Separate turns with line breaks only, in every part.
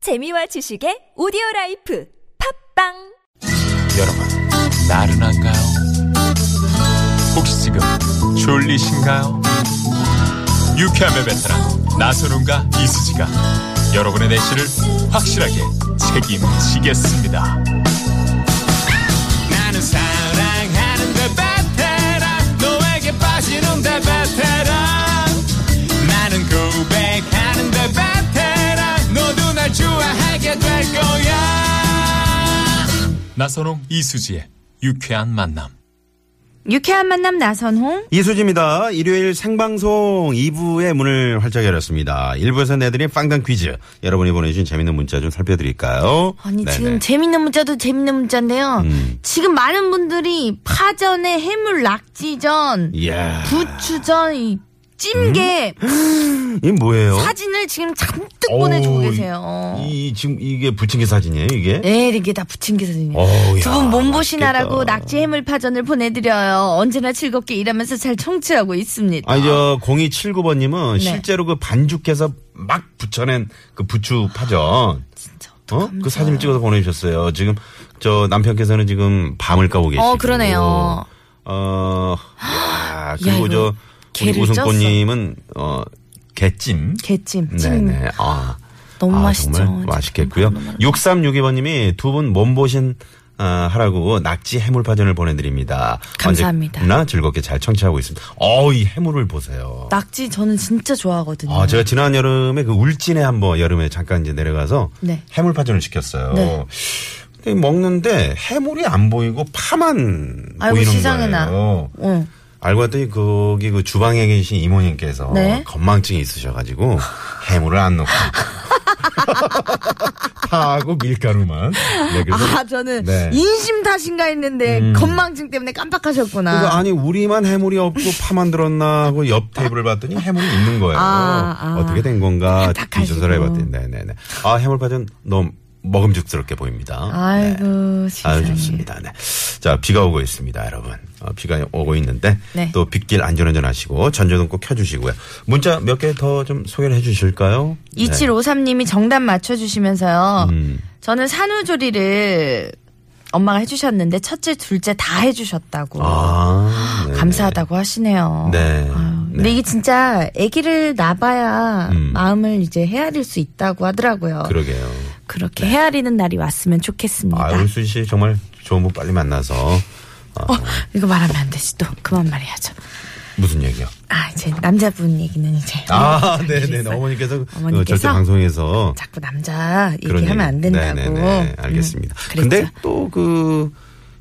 재미와 지식의 오디오 라이프 팝빵
여러분, 나른한가요? 혹시 지금 졸리신가요? 유쾌함의 베테랑 나선웅과 이수지가 여러분의 내실을 확실하게 책임지겠습니다. 나는 사랑하는데 베테랑 너에게 빠지는데 베테랑 나는 고백하는데 베테랑 너도 날 좋아하게 될 거야. 나선홍 이수지의 유쾌한 만남.
유쾌한 만남 나선홍.
이수지입니다. 일요일 생방송 2부의 문을 활짝 열었습니다. 1부에서 내드린 빵당 퀴즈. 여러분이 보내주신 재밌는 문자 좀 살펴드릴까요?
아니
네네. 음.
지금 재밌는 문자도 재밌는 문자인데요. 지금 많은 분들이 파전에 해물 낙지전,
이야.
부추전, 이 찜게
이게 뭐예요?
사진을 지금 잔뜩 보내주고
어? 어우,
계세요.
이, 이- 지금 이게 부침개 사진이에요, 이게?
네, 이게 다 부침개 사진이에요.
어우, 야,
두 분 몸보신하라고
맛있겠다.
낙지 해물 파전을 보내드려요. 언제나 즐겁게 일하면서 잘 청취하고 있습니다.
아니, 저, 0279번님은
네.
실제로 그 반죽해서 막 붙여낸 그 부추 파전.
진짜
어?
어떡합니까?
그 사진을 찍어서 보내주셨어요. 지금, 저 남편께서는 지금 밤을 까고 계시고.
어, 그러네요.
어, 야, 그리고
이거
저, 우리
게를
우승꽃님은, 어, 개찜.
게찜, 찜.
네네. 아.
너무
아,
맛있죠.
정말 맛있겠고요. 6362번님이 두 분 몸보신 어, 하라고 낙지 해물파전을 보내드립니다.
감사합니다.
언제나 즐겁게 잘 청취하고 있습니다. 어우, 이 해물을 보세요.
낙지 저는 진짜 좋아하거든요.
아, 제가 지난 여름에 그 울진에 한번 여름에 잠깐 이제 내려가서
네.
해물파전을 시켰어요.
네.
근데 먹는데 해물이 안 보이고 파만
아이고,
보이는
시장에나.
거예요.
응.
알고 봤더니 거기 그 주방에 계신 이모님께서
네.
건망증이 있으셔가지고 해물을 안 넣고 파하고 밀가루만. 네, 그래서
아, 저는
네. 음.
인심 탓인가 했는데 건망증 때문에
그래서
깜빡하셨구나.
아니 우리만 해물이 없고 파만 들었나 하고 옆 테이블을 봤더니 해물이 있는 거예요.
아, 아.
어떻게 된 건가
안타까시고.
뒤조사를 해봤더니 네네네. 아 해물파전 너무 먹음직스럽게 보입니다.
이고
아, 네. 아유
아, 세상에.
좋습니다. 네. 자 비가 오고 있습니다, 여러분. 어, 비가 오고 있는데
네.
또 빗길 안전운전 하시고 전조등 꼭 켜주시고요. 문자 몇 개 더 좀 소개를 해주실까요?
2753님이 정답 맞춰주시면서요.
음.
저는 산후조리를 엄마가 해주셨는데 첫째, 둘째 다 해주셨다고.
아 네네.
감사하다고 하시네요.
네.
아유, 근데
네.
이게 진짜 아기를 낳아봐야
음.
마음을 이제 헤아릴 수 있다고 하더라고요.
네. 그러게요.
그렇게 헤아리는 날이 왔으면 좋겠습니다.
네. 아유 수지 씨 정말 좋은 분 빨리 만나서 어,
이거 말하면 안 되지 또 그만 말해야죠.
무슨 얘기요?
아 이제 남자분 얘기는 이제
아,
안
네네.
되겠어요.
어머니께서,
어머니께서
어, 절대 방송에서
자꾸 남자
그런
얘기하면 안
얘기.
된다고.
네네네. 알겠습니다.
음, 그랬죠.
근데 또 그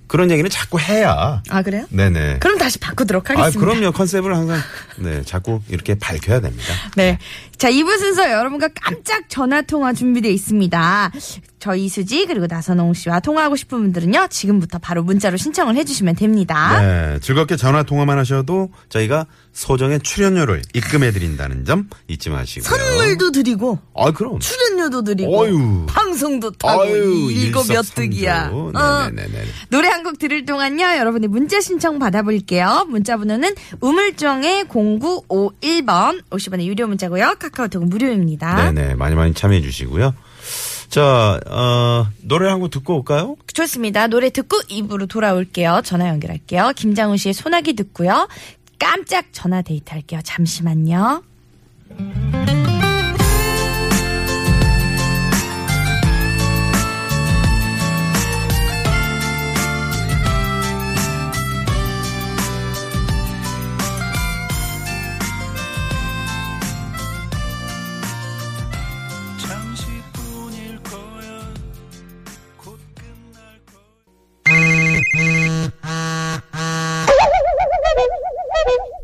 그런 얘기는 자꾸 해야.
아 그래요?
네네.
그럼 다시 바꾸도록
아,
하겠습니다.
그럼요. 컨셉을 항상 네 자꾸 이렇게 밝혀야 됩니다.
네. 자, 2부 순서 여러분과 깜짝 전화 통화 준비되어 있습니다. 저 이수지 그리고 나선홍 씨와 통화하고 싶은 분들은요. 지금부터 바로 문자로 신청을 해 주시면 됩니다.
네, 즐겁게 전화 통화만 하셔도 저희가 소정의 출연료를 입금해 드린다는 점 잊지 마시고요.
선물도 드리고
아, 그럼.
출연료도 드리고
어휴.
방송도 타고
아유,
일거 몇
일석삼조. 네,
득이야. 어.
네네네네.
노래 한 곡 들을 동안요, 여러분의 문자 신청 받아볼게요. 문자 번호는 우물정의 0951번, 50원의 유료 문자고요. 카카오톡은 무료입니다.
네네. 많이 많이 참여해 주시고요. 자, 어, 노래 한 곡 듣고 올까요?
좋습니다. 노래 듣고 입으로 돌아올게요. 전화 연결할게요. 김장훈 씨의 소나기 듣고요. 깜짝 전화 데이트 할게요. 잠시만요.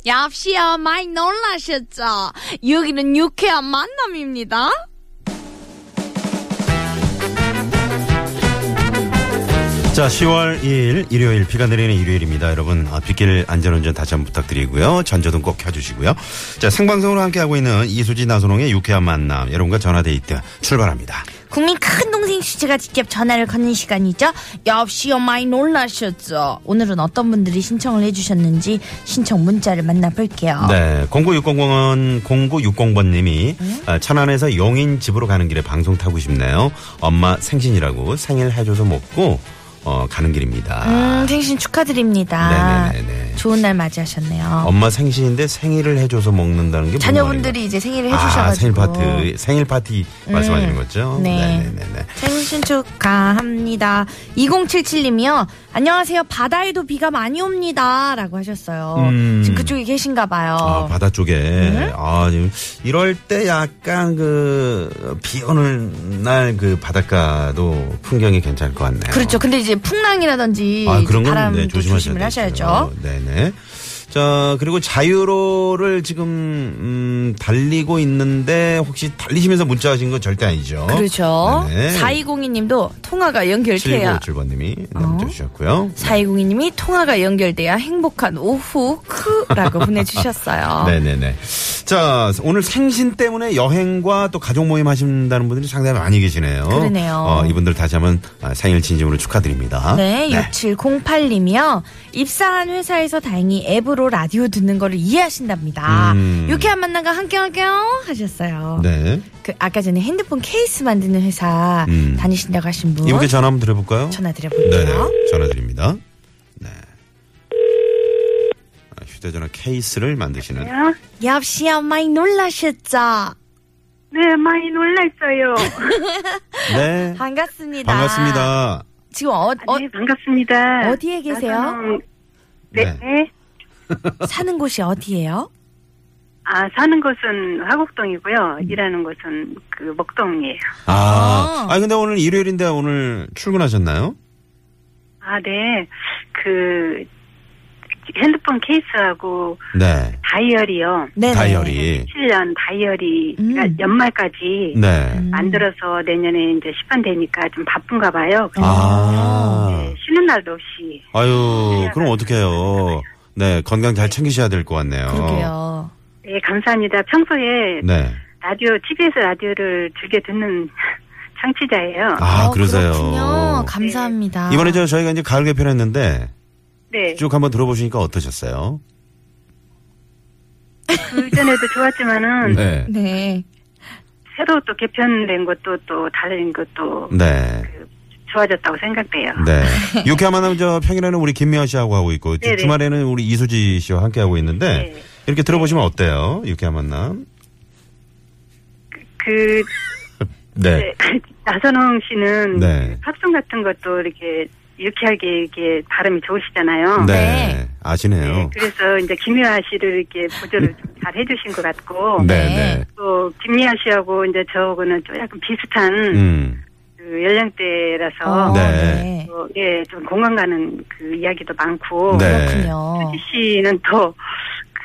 역시요 많이 놀라셨죠? 여기는 유쾌한 만남입니다.
자, 10월 2일 일요일 비가 내리는 일요일입니다. 여러분 아, 빗길 안전운전 다시 한번 부탁드리고요. 전조등 꼭 켜주시고요. 자, 생방송으로 함께하고 있는 이수지 나선홍의 유쾌한 만남 여러분과 전화데이트 출발합니다.
국민 큰 동생 수지가 직접 전화를 거는 시간이죠. 역시 많이 놀라셨죠. 오늘은 어떤 분들이 신청을 해주셨는지 신청 문자를 만나볼게요.
네, 09600은 0960번님이
네?
아, 천안에서 용인 집으로 가는 길에 방송 타고 싶네요. 엄마 생신이라고 생일 해줘서 먹고 어, 가는 길입니다.
음, 생신 축하드립니다.
네네네네.
좋은 날 맞이하셨네요.
엄마 생신인데 생일을 해줘서 먹는다는 게 무슨
자녀분들이
말인가?
이제 생일을 해주셔가지고 음.
아, 생일 파티 생일 파티 말씀하시는 거죠?
네.
네네네.
생신 축하합니다. 2077님이요. 안녕하세요. 바다에도 비가 많이 옵니다. 라고 하셨어요.
음.
지금 그쪽에 계신가 봐요.
아, 바다 쪽에.
네?
아, 지금 이럴 때 약간 그, 비 오는 날 그 바닷가도 풍경이 괜찮을 것 같네요.
그렇죠. 근데 이제 풍랑이라든지
아, 그런 건
바람
네, 조심하셔야
조심을 하셔야죠.
되죠. 네네. 자, 그리고 자유로를 지금, 음, 달리고 있는데 혹시 달리시면서 문자 하신 건 절대 아니죠.
그렇죠.
어? 네네.
4202님도 통화가 연결돼야
7957번님이
어?
남겨 주셨고요.
4202님이 통화가 연결돼야 행복한 오후 크라고 보내주셨어요.
네네네. 자, 오늘 생신 때문에 여행과 또 가족 모임 하신다는 분들이 상당히 많이 계시네요.
그러네요.
어, 이분들 다시 한번 아, 생일 진심으로 축하드립니다.
네, 6708님이요. 입사한 회사에서 다행히 앱으로 라디오 듣는 거를 이해하신답니다.
음.
유쾌한 만남과 함께 할게요. 하셨어요.
네.
그 아까 전에 핸드폰 케이스 만드는 회사
음.
다니신다고 하신 분
이분께 전화 한번 드려볼까요?
뭐? 전화
네네.
드려볼게요.
전화드립니다. 네. 아, 휴대전화 케이스를 만드시는. 네.
역시야 많이 놀라셨죠?
네, 많이 놀랐어요.
네.
반갑습니다.
반갑습니다.
지금 어,
아, 네, 반갑습니다.
어디에 계세요?
나서는- 네.
어, 사는 곳이 어디예요?
아, 사는 곳은 화곡동이고요. 일하는 곳은 그 목동이에요.
아.
어.
아, 근데 오늘 일요일인데 오늘 출근하셨나요?
아, 네. 그 핸드폰 케이스하고
네.
다이어리요.
네.
다이어리.
7년 다이어리가
음.
연말까지
네.
만들어서 내년에 이제 시판되니까 좀 바쁜가 봐요. 그래서
아.
네, 쉬는 날도 없이.
아유, 그럼 어떡해요. 네, 건강 잘 챙기셔야 될 것 같네요. 어.
그러게요.
네, 감사합니다. 평소에
네.
라디오, TV에서 라디오를 즐겨 듣는 청취자예요.
아,
어,
그러세요.
그렇군요. 감사합니다.
이번에 저 저희가 이제 가을 개편했는데
네.
쭉 한번 들어보시니까 어떠셨어요?
그전에도 좋았지만은
네.
네.
새로 또 개편된 것도 또 다른 것도
네.
좋아졌다고 생각돼요.
네. 유쾌한 만남 저 평일에는 우리 김미아 씨하고 하고 있고 주-
네네.
주말에는 우리 이수지 씨와 함께 하고 있는데
네.
이렇게 들어보시면 어때요? 유쾌한 만남.
그
네.
네, 나선홍 씨는
네.
팝송 같은 것도 이렇게 유쾌하게 이게 발음이 좋으시잖아요.
네. 어.
네.
아시네요.
네, 그래서 이제 김미아 씨를 이렇게 보조를 좀잘 해주신 것 같고
음. 네,
네.
네.
또 김미아 씨하고 이제 저하고는 좀 약간 비슷한
음.
그 연령대라서
어,
네.
또, 예, 좀 공감 가는 그 이야기도 많고
네.
그렇군요.
수지 씨는 또,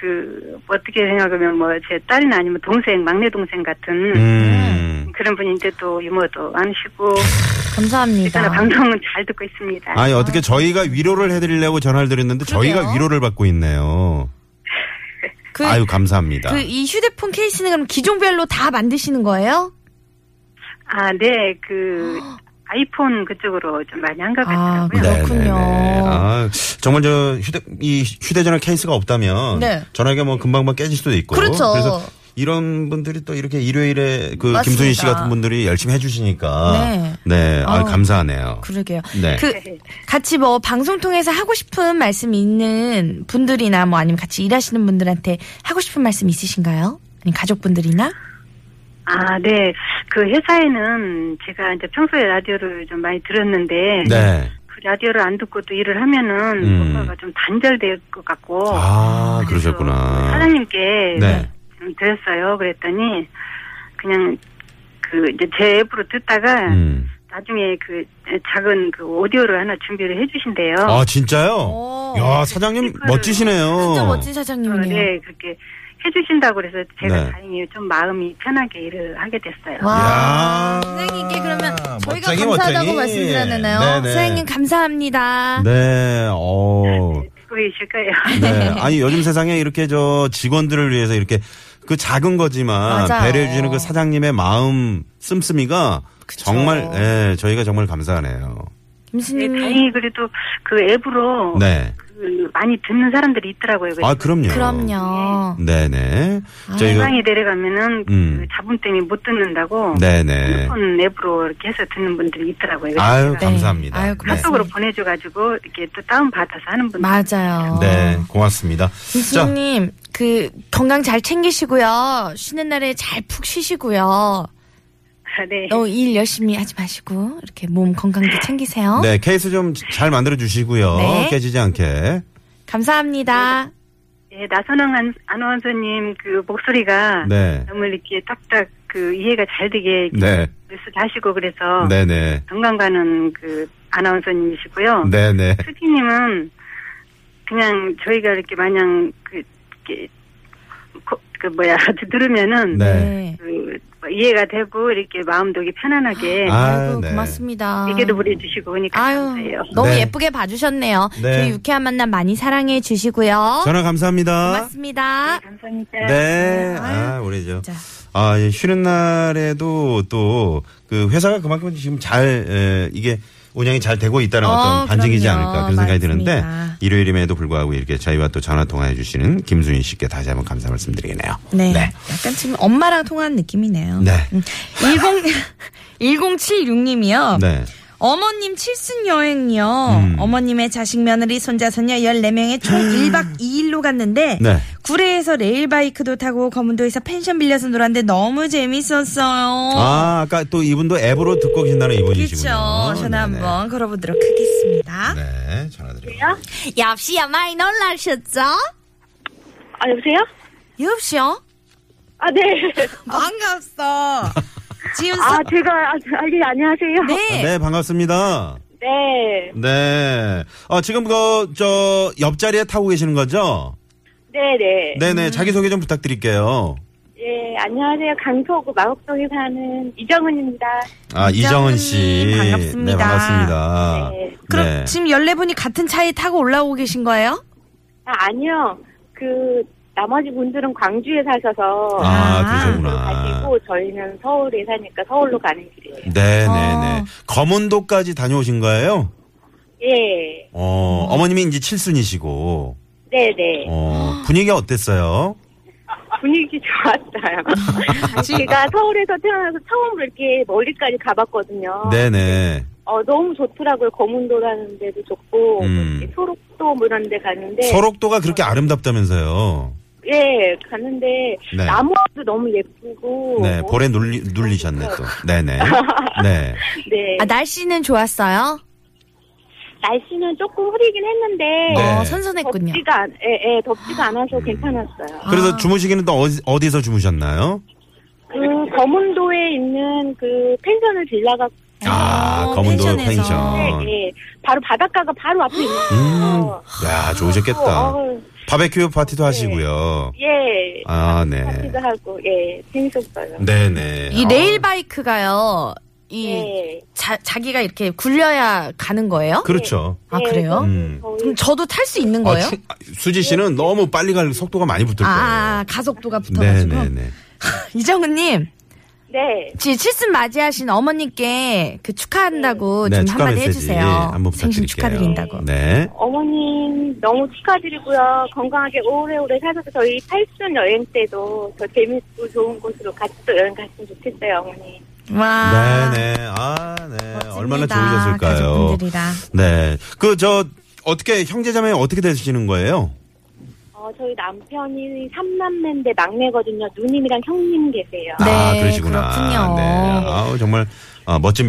그, 어떻게 생각하면 뭐, 제 딸이나 아니면 동생, 막내 동생 같은
음.
그런 분인데 또 유머도 많으시고, 일단
감사합니다.
방송은 잘 듣고 있습니다.
아니 어떻게 저희가 위로를 해드리려고 전화를 드렸는데 저희가 위로를 받고 있네요.
그,
아유 감사합니다.
그 이 휴대폰 케이스는 그럼 기종별로 다 만드시는 거예요?
아, 네, 그, 아이폰 그쪽으로 좀 많이 한 것
아,
같더라고요.
네,
그렇군요.
네, 네. 아, 정말 저 휴대 이 휴대전화 케이스가 없다면
네.
전화기가 뭐 금방만 깨질 수도 있고
그렇죠.
래서 이런 분들이 또 이렇게 일요일에 그
맞습니다.
김순희 씨 같은 분들이 열심히 해주시니까 네, 아,
아우.
감사하네요.
어. 그러게요.
네.
그 같이 뭐 방송 통해서 하고 싶은 말씀 있는 분들이나 뭐 아니면 같이 일하시는 분들한테 하고 싶은 말씀 있으신가요? 아니면 가족분들이나?
아, 네. 그 회사에는 제가 이제 평소에 라디오를 좀 많이 들었는데,
네.
그 라디오를 안 듣고 또 일을 하면은
음.
뭔가가 좀 단절될 것 같고,
아 그러셨구나.
사장님께
네.
좀 드렸어요. 그랬더니 그냥 그 이제 제 앱으로 듣다가
음.
나중에 그 작은 그 오디오를 하나 준비를 해주신대요.
아 진짜요?
오,
야 사장님
스티커를
멋지시네요.
어. 진짜 멋진
어,
사장님이네요.
네 그렇게 해주신다고 그래서 제가
네.
다행히 좀 마음이 편하게 일을 하게 됐어요.
와,
야.
선생님께 그러면 저희가
워터님,
감사하다고
워터님.
말씀드렸나요?
네네.
소영님 감사합니다.
네, 어.
듣고 계실까요?
네. 아니, 요즘 세상에 이렇게 저 직원들을 위해서 이렇게 그 작은 거지만
맞아요.
배려해주는 그 사장님의 마음 씀씀이가 정말, 예, 저희가 정말 감사하네요.
네,
김수님.
다행히 그래도 그 앱으로
네.
그 많이 듣는 사람들이 있더라고요. 그래서
아, 그럼요.
네. 그럼요. 아,
네네. 저희가,
지방에 내려가면은
음.
그 자본 때문에 못 듣는다고
네네.
핸드폰 앱으로 이렇게 해서 듣는 분들이 있더라고요. 그래서
아유,
네.
제가
감사합니다.
아유,
네.
고맙습니다.
카톡으로 보내줘가지고 이렇게 또 다운 받아서 하는 분들
맞아요.
네, 고맙습니다. 자,
김수님, 그 건강 잘 챙기시고요. 쉬는 날에 잘 푹 쉬시고요.
네.
너무 일 열심히 하지 마시고 이렇게 몸 건강도 챙기세요.
네, 케이스 좀 잘 만들어 주시고요.
네.
깨지지 않게.
감사합니다.
예, 나선홍 안- 아나운서님 그 목소리가
네.
너무 이렇게 딱딱 그 이해가 잘 되게
네.
뉴스 다시고 그래서
네네.
건강가는 그 아나운서님이시고요.
네네.
수지님은 그냥 저희가 이렇게 마냥 그, 이렇게 거- 그 뭐야 들으면은
네.
그뭐 이해가 되고 이렇게 마음도 이렇게 편안하게
아이고,
네.
고맙습니다.
얘기도 보내주시고 그러니까
아유,
감사해요.
너무
네.
예쁘게 봐주셨네요.
네.
저희 유쾌한 만남 많이 사랑해 어? 주시고요.
전화 감사합니다.
고맙습니다.
감사합니다.
네. 아, 우리죠.
진짜.
아, 예, 쉬는 날에도 또 그 회사가 그만큼 지금 잘 에, 이게 운영이 잘 되고 있다는
어,
어, 떤 반증이지
그럼요.
않을까 그런 생각이
맞습니다.
드는데 일요일임에도 불구하고 이렇게 저희와 또 전화 통화해 주시는 김순희 씨께 다시 한번 감사 말씀드리겠네요.
네.
네.
약간 지금 엄마랑 통화한 느낌이네요. 음.
네.
10, 1076님이요.
네. 음.
어머님 칠순 여행이요. 어머님의 자식 며느리 손자 손녀 14명에 총 1박 2일로 갔는데
네.
구례에서 레일바이크도 타고 검은도에서 펜션 빌려서 놀았는데 너무 재밌었어요.
아, 아까 또 이분도 앱으로 듣고 계신다는
그렇죠.
이분이시군요.
전화
네네.
한번 걸어보도록 하겠습니다.
네, 전화 드려요.
역시야 많이 놀라셨죠?
아 여보세요?
여보시요?
어.
아 네.
반갑어. 지훈 씨.
아 제가 아, 아, 예, 안녕하세요.
아,
네.
네, 반갑습니다.
네.
네. 아, 지금 그, 저, 옆자리에 타고 계시는 거죠?
네, 네.
음.
네네. 자기소개 좀 부탁드릴게요.
예, 안녕하세요. 강서구 마곡동에 사는 이정은입니다.
아, 이정은
이정은
씨.
님, 음, 반갑습니다.
네, 반갑습니다.
네.
그럼 지금 14분이 같은 차에 타고 올라오고 계신 거예요?
아, 아니요. 그 나머지 분들은 광주에 사셔서
아,
광주로
그러셨구나.
가시고 저희는 서울에 사니까 서울로 가는 길이에요.
네네네.
어.
검은도까지 다녀오신 거예요?
예.
음.
어, 어머님이 이제 칠순이시고,
네, 네.
어, 분위기가 어땠어요?
분위기 좋았어요. 제가 서울에서 태어나서 처음으로 이렇게 멀리까지
아,
가봤거든요.
네네.
어, 너무 좋더라고요. 검은도라는 데도 좋고,
음.
이렇게 소록도 뭐 이런 데 갔는데.
네.
소록도가 그렇게 아름답다면서요.
예, 갔는데
네.
나무도 너무 예쁘고.
네, 볼에 눌리, 눌리셨네 또. 네네. 네.
네.
아, 날씨는 좋았어요?
날씨는 조금 흐리긴 했는데
네.
어, 선선했군요.
덥지가 않, 예, 예, 덥지가 않아서 괜찮았어요.
그래서 주무시기는 또 어디, 어디서 주무셨나요?
그 검은도에 있는 그 펜션을 빌라가
아,
어,
검은도
펜션에서. 네.
펜션.
예, 바로 바닷가가 바로 앞에 있는 거예요.
음. 야, 좋으셨겠다.
어,
바베큐 파티도 하시고요.
예.
아, 네.
파티도 하고 예, 재밌었어요.
네네.
이 레일바이크가요. 이
예.
자, 자기가 이렇게 굴려야 가는 거예요?
그렇죠.
아, 그래요?
음.
그럼 저도 탈 수 있는 거예요?
아, 추- 아, 수지 씨는
네.
너무 빨리 갈 속도가 많이 붙을
아,
거예요.
아, 가속도가 붙어가지고.
네네네.
이정은님,
네.
지금 칠순 맞이하신 어머님께 그 축하한다고
네,
좀
축하
한마디
메시지
해주세요.
한번 부탁드릴게요.
생신 축하드린다고.
네.
어머님 너무 축하드리고요. 건강하게 오래오래 사셔서 저희 팔순 여행 때도 더 재밌고 좋은 곳으로 같이 또 여행 갔으면 좋겠어요, 어머니.
와.
네. 네네. 아, 네.
멋집니다.
얼마나 좋으셨을까요?
가족분들이랑.
네. 그, 저, 어떻게, 형제자매 어떻게 되시는 거예요?
어, 저희 남편이 삼남매인데 막내거든요. 누님이랑 형님 계세요.
아,
네,
그러시구나.
그렇군요.
네. 아우, 정말, 아, 멋진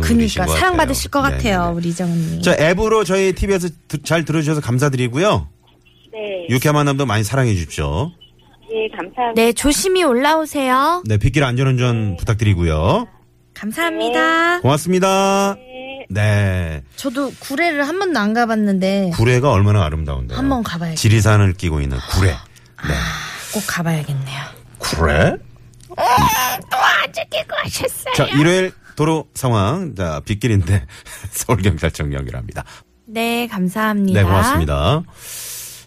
그니까,
것 같아요.
그러니까 사랑받으실 것 같아요,
네네네.
우리 이정은님.
자, 앱으로 저희 TV에서 잘 들어주셔서 감사드리고요.
네.
유쾌한 만남도 많이 사랑해 주십시오.
예, 감사합니다.
네, 조심히 올라오세요.
네, 빗길 안전운전 부탁드리고요.
네.
감사합니다.
고맙습니다. 네.
저도 구례를 한 번도 안 가봤는데,
구례가 얼마나 아름다운데요.
한번 가봐야겠다. 아.
지리산을 끼고 있는 구례. 네.
꼭 가봐야겠네요.
구례? 또안 지키고 하셨어요. 자, 일요일 도로 상황, 자, 빗길인데 서울경찰청 연결합니다.
네, 감사합니다.
네, 고맙습니다.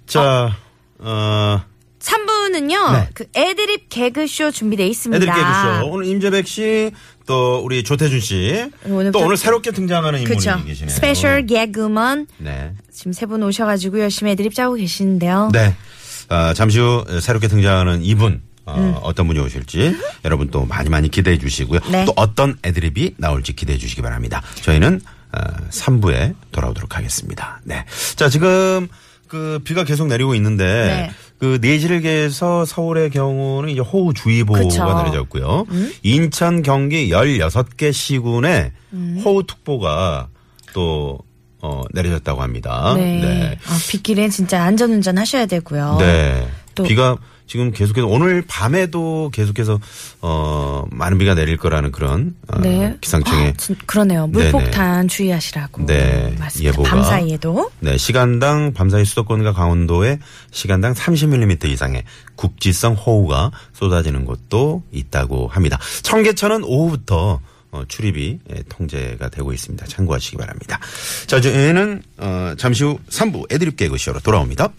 자, 어,
3부는요.
네.
그 애드립 개그쇼 준비돼 있습니다.
애들 깨주쇼. 오늘 임재백 씨, 또 우리 조태준 씨,
오늘
또
또-
오늘 새롭게 등장하는 어, 인물이
그렇죠.
계시네요.
스페셜 개그먼
네.
지금 세 분 오셔가지고 열심히 애드립 짜고 계시는데요.
네. 아, 잠시 후 새롭게 등장하는 이분. 어,
음.
어떤 분이 오실지 여러분 또 많이 많이 기대해 주시고요.
네.
또 어떤 애드립이 나올지 기대해 주시기 바랍니다. 저희는 어, 3부에 돌아오도록 하겠습니다. 네. 자, 지금 그 비가 계속 내리고 있는데
네.
그 내실개에서 서울의 경우는 이제 호우주의보가
그쵸. 음?
내려졌고요. 인천, 경기 16개 시군에
음.
호우특보가 또 어, 내려졌다고 합니다.
네. 아, 빗길엔 진짜 안전운전 하셔야 되고요.
네.
어, 또-
비가 지금 계속해서 오늘 밤에도 계속해서 어 많은 비가 내릴 거라는 그런 어,
네.
기상청의
아, 진- 그러네요. 물폭탄 주의하시라고.
네,
맞습니다.
예보가.
밤 사이에도.
네, 시간당 밤사이 수도권과 강원도에 시간당 30mm 이상의 국지성 호우가 쏟아지는 곳도 있다고 합니다. 청계천은 오후부터 어, 출입이 예, 통제가 되고 있습니다. 참고하시기 바랍니다. 자, 저희는 어, 잠시 후 3부 애드립 개그쇼로 돌아옵니다.